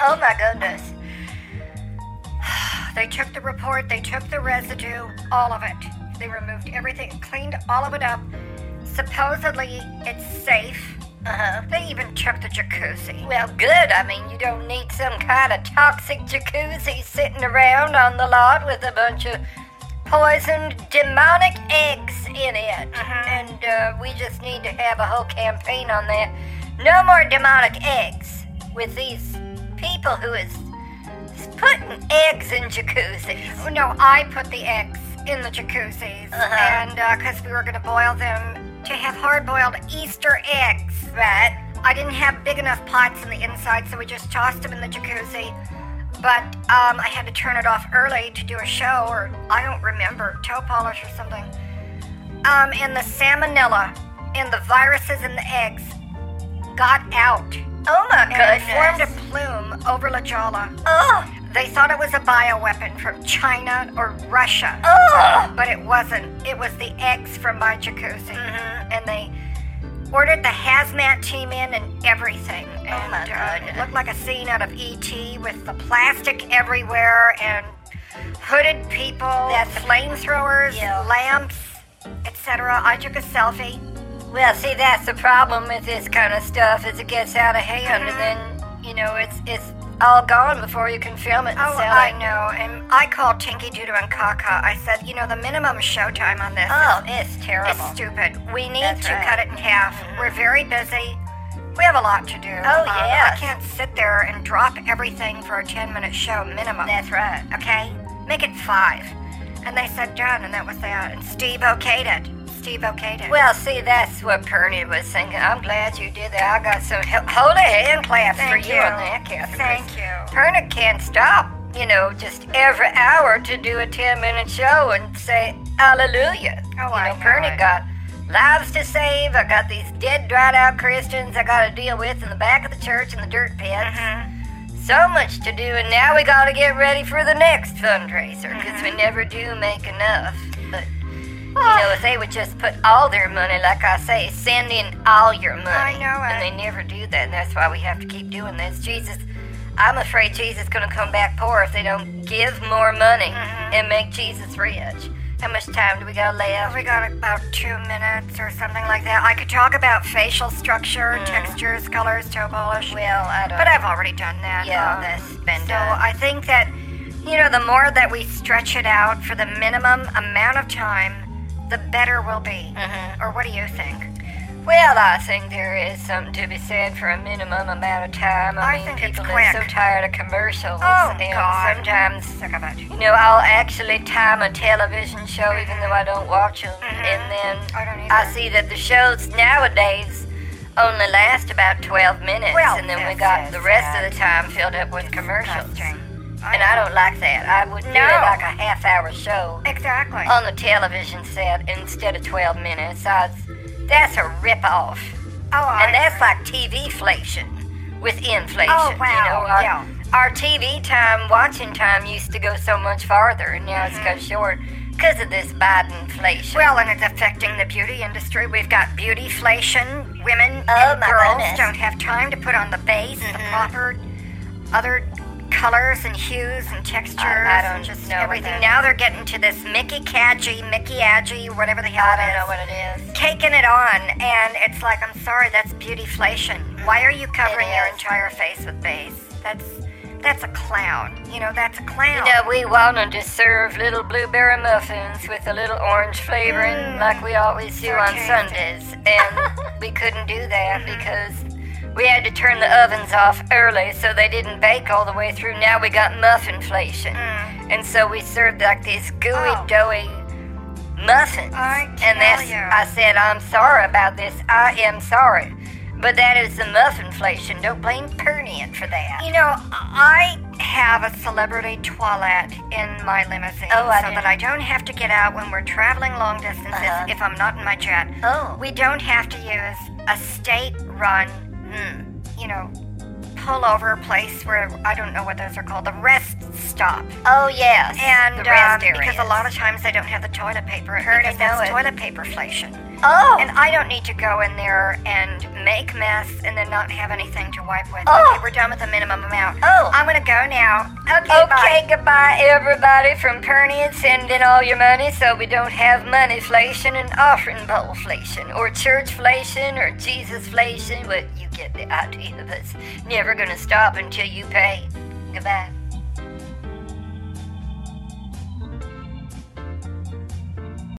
Oh my goodness. They took the report, they took the residue, all of it. They removed everything, cleaned all of it up. Supposedly, it's safe. Uh-huh. They even took the jacuzzi. Well, good. I mean, you don't need some kind of toxic jacuzzi sitting around on the lot with a bunch of poisoned demonic eggs in it. And uh, we just need to have a whole campaign on that. No more demonic eggs with these people who is is putting eggs in jacuzzis. Uh-huh. Oh, no, I put the eggs in the jacuzzis, and because we were going to boil them to have hard-boiled Easter eggs. Right. I didn't have big enough pots on the inside, so we just tossed them in the jacuzzi. But um, I had to turn it off early to do a show, or I don't remember, toe polish or something. Um, and the salmonella and the viruses in the eggs got out. Oh my goodness. And it formed a plume over La Jolla. Oh! They thought it was a bioweapon from China or Russia. Oh! But it wasn't. It was the eggs from my jacuzzi. Mm-hmm. And they ordered the hazmat team in and everything. And, Oh, my uh, goodness. it looked like a scene out of E.T. with the plastic everywhere and hooded people, That's- flamethrowers, Yeah. lamps, etc. I took a selfie. Well, see, that's the problem with this kind of stuff is it gets out of hand, and then you know it's it's all gone before you can film it and Oh, sell I it. know. And I called Tinky Doodoo and Kaka. I said, you know, the minimum showtime on this Oh, is it's It's terrible. stupid. We need That's to right. cut it in half. We're very busy. We have a lot to do. Oh, Um, I yes. can't sit there and drop everything for a 10 minute show minimum. That's right. Okay? Make it five. And they said done, and that was that. And Steve okayed it. Steve okayed it. Well, see, that's what Pernie was thinking. I'm glad you did that. I got some he- holy hand claps Thank for you. you. on that, Catherine. Thank you. Pernie can't stop, you know, just every hour to do a 10 minute show and say, Hallelujah. Oh, you I know, know Pernie it. got lives to save. I got these dead, dried out Christians I got to deal with in the back of the church in the dirt pits. So much to do, and now we got to get ready for the next fundraiser because we never do make enough. But you Oh, know, if they would just put all their money, like I say, send in all your money. I know it. And they never do that, and that's why we have to keep doing this. Jesus, I'm afraid Jesus is going to come back poor if they don't give more money Mm-hmm. and make Jesus rich. How much time do we got left? We got about two minutes or something like that. I could talk about facial structure, textures, colors, toe polish. Well, I don't. But I've already done that. Yeah, um, that's been so done. I think that, you know, the more that we stretch it out for the minimum amount of time, the better we'll be. Mm-hmm. Or what do you think? Well, I think there is something to be said for a minimum amount of time. I, I mean, think it's people quick. are so tired of commercials, Oh, and God. sometimes Sick of it. You know, I'll actually time a television show even though I don't watch them. And then Mm-hmm. I don't I either. see that the shows nowadays only last about 12 minutes. Well, and then we this got is the rest of the time filled up with commercials. Disgusting. And I don't like that. I would do No. it like a half hour show Exactly. on the television set instead of 12 minutes. I, that's a rip off. oh, I And that's agree. like TV flation with inflation. Oh, You wow, know, our, yeah. our TV time, watching time used to go so much farther, and now it's cut short because of this Biden inflation. Mm-hmm. Well, and it's affecting the beauty industry. We've got beautyflation. Women Oh, and my girls goodness. Mm-hmm. don't have time to put on the base, the proper other colors and hues and textures. I don't and just know what everything. that now they're getting to this Mickey Cadgy, Mickey Adgy, whatever the hell it I don't is. know what it is. Taking it on, and it's like, I'm sorry, that's beautyflation. Why are you covering your is. entire face with base? That's that's a clown. You know, that's a clown. You know, we want to just serve little blueberry muffins with a little orange flavoring Mm. like we always do so on tasty. Sundays. And we couldn't do that Mm-hmm. because we had to turn the ovens off early so they didn't bake all the way through. Now we got muffinflation. And so we served like these gooey, Mm. Oh. doughy muffins. I and that's, tell ya. I said, I'm sorry about this. I am sorry. But that is the muffinflation. Don't blame Pernian for that. You know, I have a celebrity toilet in my limousine Oh, I so do. that I don't have to get out when we're traveling long distances Uh-huh. if I'm not in my jet. Oh. We don't have to use a state run, you know, pullover place where I don't know what those are called, the rest stop. Oh, yes. And the rest um, because a areas. lot of times they don't have the toilet paper, Heard because it, know that's it. toilet paper flation. Oh, And I don't need to go in there and make mess and then not have anything to wipe with. Oh. Okay, we're done with the minimum amount. Oh. I'm now. Okay, Okay, bye. goodbye, everybody from Perny and send in all your money so we don't have moneyflation and offering poleflation or churchflation or Jesusflation, but you get the idea. That's never gonna stop until you pay. Goodbye.